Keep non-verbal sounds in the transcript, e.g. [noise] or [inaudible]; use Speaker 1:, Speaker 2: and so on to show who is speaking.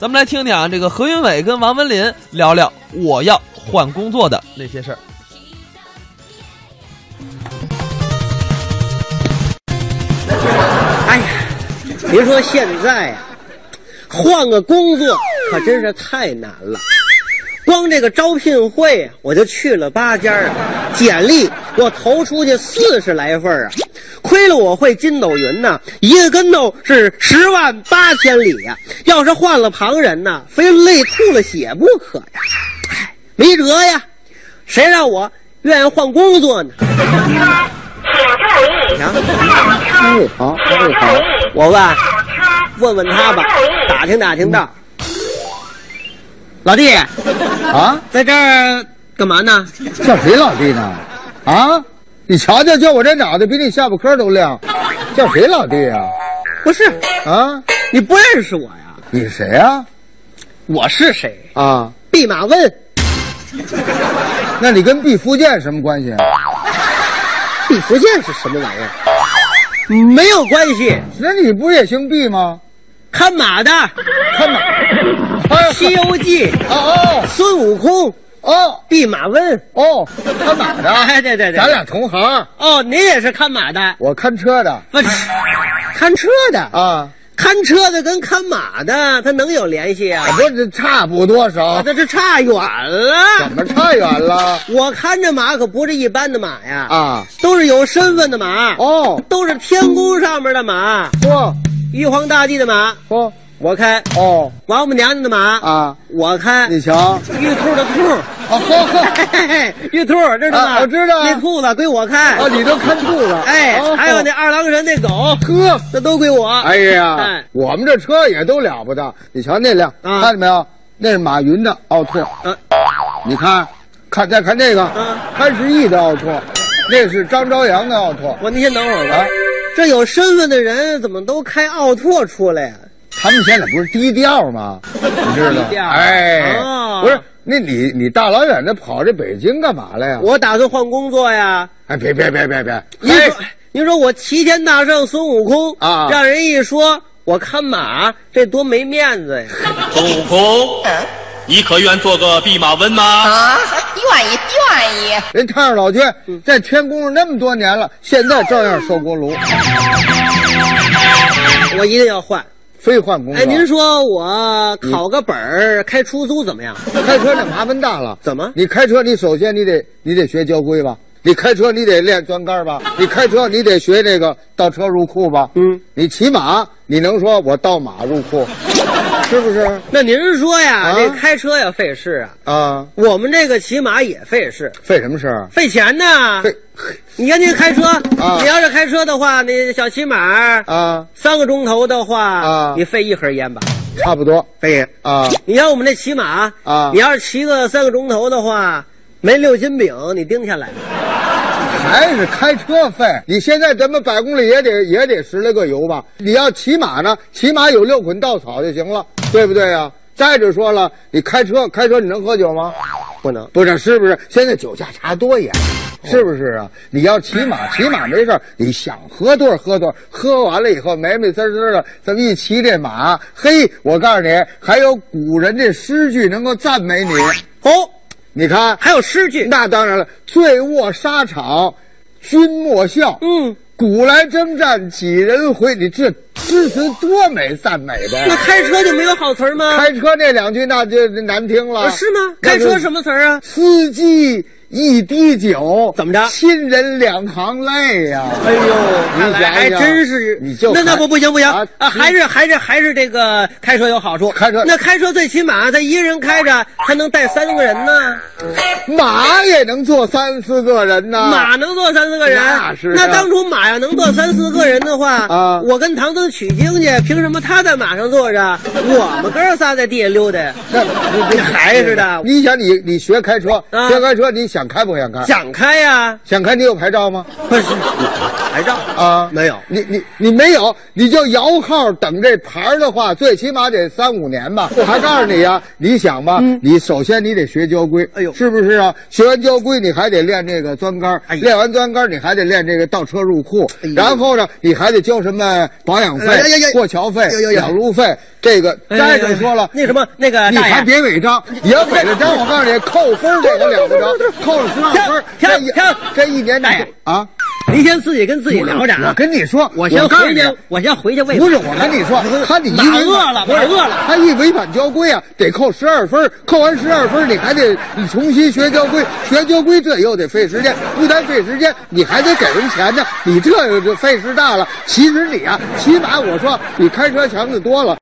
Speaker 1: 咱们来听听啊，这个何云伟跟王文林聊聊我要换工作的那些事儿。
Speaker 2: 哎呀，别说现在呀、换个工作可真是太难了。光这个招聘会我就去了八家啊，简历我投出去四十来份儿啊，亏了我会筋斗云呐、一个跟头是十万八千里呀、要是换了旁人呐、非累吐了血不可呀。唉没辙呀，谁让我愿意换工作呢？啊，日头日头，我问问问他吧，打听打听道。老弟，
Speaker 3: 啊，
Speaker 2: 在这儿干嘛呢？
Speaker 3: 叫谁老弟呢？啊，你瞧瞧，就我这脑袋比你下巴颏都亮，叫谁老弟呀、
Speaker 2: 不是，
Speaker 3: 啊？啊，
Speaker 2: 你不认识我呀？
Speaker 3: 你是谁呀、
Speaker 2: 我是谁？
Speaker 3: 啊？
Speaker 2: 弼马温，
Speaker 3: 那你跟毕福剑什么关系？啊
Speaker 2: 毕福剑是什么玩意儿？没有关系，
Speaker 3: 那你不是也姓毕吗？
Speaker 2: 看马的《
Speaker 3: 看马，哎
Speaker 2: 西游记》
Speaker 3: 哦
Speaker 2: 孙悟空、
Speaker 3: 哦哦
Speaker 2: 弼马温。
Speaker 3: 哦，看马的，
Speaker 2: 哎，对对对，
Speaker 3: 咱俩同行，
Speaker 2: 哦，您也是看马的，
Speaker 3: 我看车的
Speaker 2: 不是看车的，
Speaker 3: 啊，
Speaker 2: 看车的跟看马的，他能有联系啊？
Speaker 3: 不是差不多少
Speaker 2: 啊，，这这差远
Speaker 3: 怎
Speaker 2: 了。
Speaker 3: 么差远了
Speaker 2: 我看这马可不是一般的马呀，，
Speaker 3: 啊？
Speaker 2: 都是有身份的马，
Speaker 3: 哦，
Speaker 2: 都是天宫上面的马，
Speaker 3: 嚯
Speaker 2: 玉皇大帝的马，
Speaker 3: 嚯
Speaker 2: 我开；
Speaker 3: 哦
Speaker 2: 王母娘娘的马，
Speaker 3: 啊，
Speaker 2: 我开；
Speaker 3: 你瞧，
Speaker 2: 玉兔的
Speaker 3: [laughs]
Speaker 2: 兔，
Speaker 3: 啊呵呵
Speaker 2: 嘿。嘿嘿玉兔知道吧？
Speaker 3: 啊我知道
Speaker 2: 那兔子归我开。
Speaker 3: 哦，你都看吐了，
Speaker 2: 哎，
Speaker 3: 哦
Speaker 2: 还有那二郎神那狗，
Speaker 3: 呵，
Speaker 2: 那都归我。
Speaker 3: 哎呀
Speaker 2: 哎，
Speaker 3: 我们这车也都了不得，你瞧那辆，
Speaker 2: 啊
Speaker 3: 看见没有？那是马云的奥拓，
Speaker 2: 呃
Speaker 3: 你看，看再看这个
Speaker 2: 嗯，
Speaker 3: 潘石屹的奥拓，那是张朝阳的奥拓，
Speaker 2: 我您先等会儿吧
Speaker 3: 啊。
Speaker 2: 这有身份的人怎么都开奥拓出来啊呀、
Speaker 3: 他们现在不是低调吗？你知道
Speaker 2: 低调
Speaker 3: 吗？哎
Speaker 2: 哦，
Speaker 3: 不是。那你你大老远的跑这北京干嘛来呀？
Speaker 2: 我打算换工作呀。
Speaker 3: 哎，别别别别别！
Speaker 2: 您
Speaker 3: 啊哎
Speaker 2: 说，您说我齐天大圣孙悟空
Speaker 3: 啊
Speaker 2: 让人一说我看马，这多没面子呀！
Speaker 4: 孙悟空，你可愿做个弼马温吗？
Speaker 5: 啊，愿意愿意。
Speaker 3: 人太上老君
Speaker 2: 嗯
Speaker 3: 在天宫上那么多年了，现在照样烧锅炉，
Speaker 2: 嗯我一定要换。
Speaker 3: 非换工作。
Speaker 2: 哎，您说我考个本儿，开出租怎么样？
Speaker 3: 开车那麻烦大了，
Speaker 2: 怎么
Speaker 3: 你开车，你首先你得你得学交规吧，你开车你得练钻杆吧，你开车你得学那个倒车入库吧，
Speaker 2: 嗯，
Speaker 3: 你骑马你能说我倒马入库，是不是？
Speaker 2: 那您说呀，
Speaker 3: 啊
Speaker 2: 这开车也费事啊，
Speaker 3: 啊，
Speaker 2: 我们这个骑马也费事，
Speaker 3: 费什么事儿？
Speaker 2: 费钱呢。
Speaker 3: 费
Speaker 2: 你看您
Speaker 3: [laughs]
Speaker 2: 开车，你要是开车的话，那小骑马
Speaker 3: 啊，
Speaker 2: 三个钟头的话，
Speaker 3: 啊
Speaker 2: 你费一盒烟吧？
Speaker 3: 差不多
Speaker 2: 费。
Speaker 3: 啊，
Speaker 2: 你像我们这骑马
Speaker 3: 啊
Speaker 2: 你要是骑个三个钟头的话，没六斤饼你盯下来。
Speaker 3: 还是开车费。你现在咱们百公里也得也得十来个油吧？你要骑马呢，起码有六捆稻草就行了，对不对呀、再者说了，你开车开车你能喝酒吗？
Speaker 2: 不能，
Speaker 3: 不是，是不是？现在酒驾查多严，是不是啊？你要骑马，骑马没事儿你想喝多少喝多少，喝完了以后美美滋滋的，这么一骑这马，嘿，我告诉你，还有古人这诗句能够赞美你。
Speaker 2: 哦，
Speaker 3: 你看，
Speaker 2: 还有诗句，
Speaker 3: 那当然了，醉卧沙场，君莫笑。
Speaker 2: 嗯，
Speaker 3: 古来征战几人回？你这诗词多美赞美的
Speaker 2: 那
Speaker 3: 呀！
Speaker 2: 开车就没有好词儿吗？
Speaker 3: 开车那两句那就难听了，
Speaker 2: 啊是吗？
Speaker 3: 那
Speaker 2: 开
Speaker 3: 就
Speaker 2: 车什么词儿啊？
Speaker 3: 司机一滴酒，
Speaker 2: 怎么着
Speaker 3: 亲人两行泪呀、
Speaker 2: 哎呦，
Speaker 3: 你
Speaker 2: 看
Speaker 3: 想想
Speaker 2: 来还真是，
Speaker 3: 你就
Speaker 2: 那那
Speaker 3: 开
Speaker 2: 不不行不行
Speaker 3: 啊
Speaker 2: 啊，还是还是还是这个开车有好处。
Speaker 3: 开车
Speaker 2: 那开车最起码他一个人开着，还能带三个人呢。
Speaker 3: 马也能坐三四个人呐、
Speaker 2: 马能坐三四个人，
Speaker 3: 啊那是啊
Speaker 2: 当初马要能坐三四个人的话，
Speaker 3: 啊
Speaker 2: 我跟唐僧取经去，凭什么他在马上坐着，我们哥仨在地下溜达呀？
Speaker 3: 那 [laughs] 你
Speaker 2: [laughs] 你还是的
Speaker 3: 你想你你学开车，
Speaker 2: 啊
Speaker 3: 学开车你想开不想开？
Speaker 2: 想开呀、
Speaker 3: 想开你有牌照吗？
Speaker 2: 不是牌照
Speaker 3: 啊，
Speaker 2: 没有，
Speaker 3: 你你你没有，你就摇号等这牌儿的话，最起码得三五年
Speaker 2: [laughs]
Speaker 3: 吧。我还告诉你呀、你想吧，你首先你得学交规，
Speaker 2: 嗯哎呦
Speaker 3: 是不是啊？学完交规，你还得练这个钻杆儿，
Speaker 2: 哎呀
Speaker 3: 练完钻杆儿，你还得练这个倒车入库，
Speaker 2: 哎呦
Speaker 3: 然后呢，你还得教什么保养养费
Speaker 2: 哎呀呀、呀
Speaker 3: 过桥费
Speaker 2: 呀呀、呀
Speaker 3: 养路费，这个
Speaker 1: 哎呀呀
Speaker 3: 再者说了，
Speaker 2: 那什么那个
Speaker 3: 你
Speaker 2: 大
Speaker 3: 还
Speaker 2: 爷，
Speaker 3: 别违章，你要违了章，我告诉你，扣分儿这个了不着，扣了十万分儿，
Speaker 2: 停
Speaker 3: 这一
Speaker 2: 停
Speaker 3: 这一年
Speaker 2: 大爷
Speaker 3: 啊，
Speaker 2: 您先自己跟自己聊着
Speaker 3: 我
Speaker 2: 啊。
Speaker 3: 跟你说，
Speaker 2: 我
Speaker 3: 我
Speaker 2: 先
Speaker 3: 告诉
Speaker 2: 回
Speaker 3: 你
Speaker 2: 去，我先回去喂。
Speaker 3: 不是，我跟你说，他你一
Speaker 2: 哪
Speaker 3: 违
Speaker 2: 饿了
Speaker 3: 不是
Speaker 2: 哪饿了
Speaker 3: 他一违反交规啊，得扣十二分儿，扣完十二分儿，你还得你重新学交规，学交规这又得费时间，不单费时间，你还得给人钱呢，你这就费事大了。其实你啊，起码我说比开车强的多了。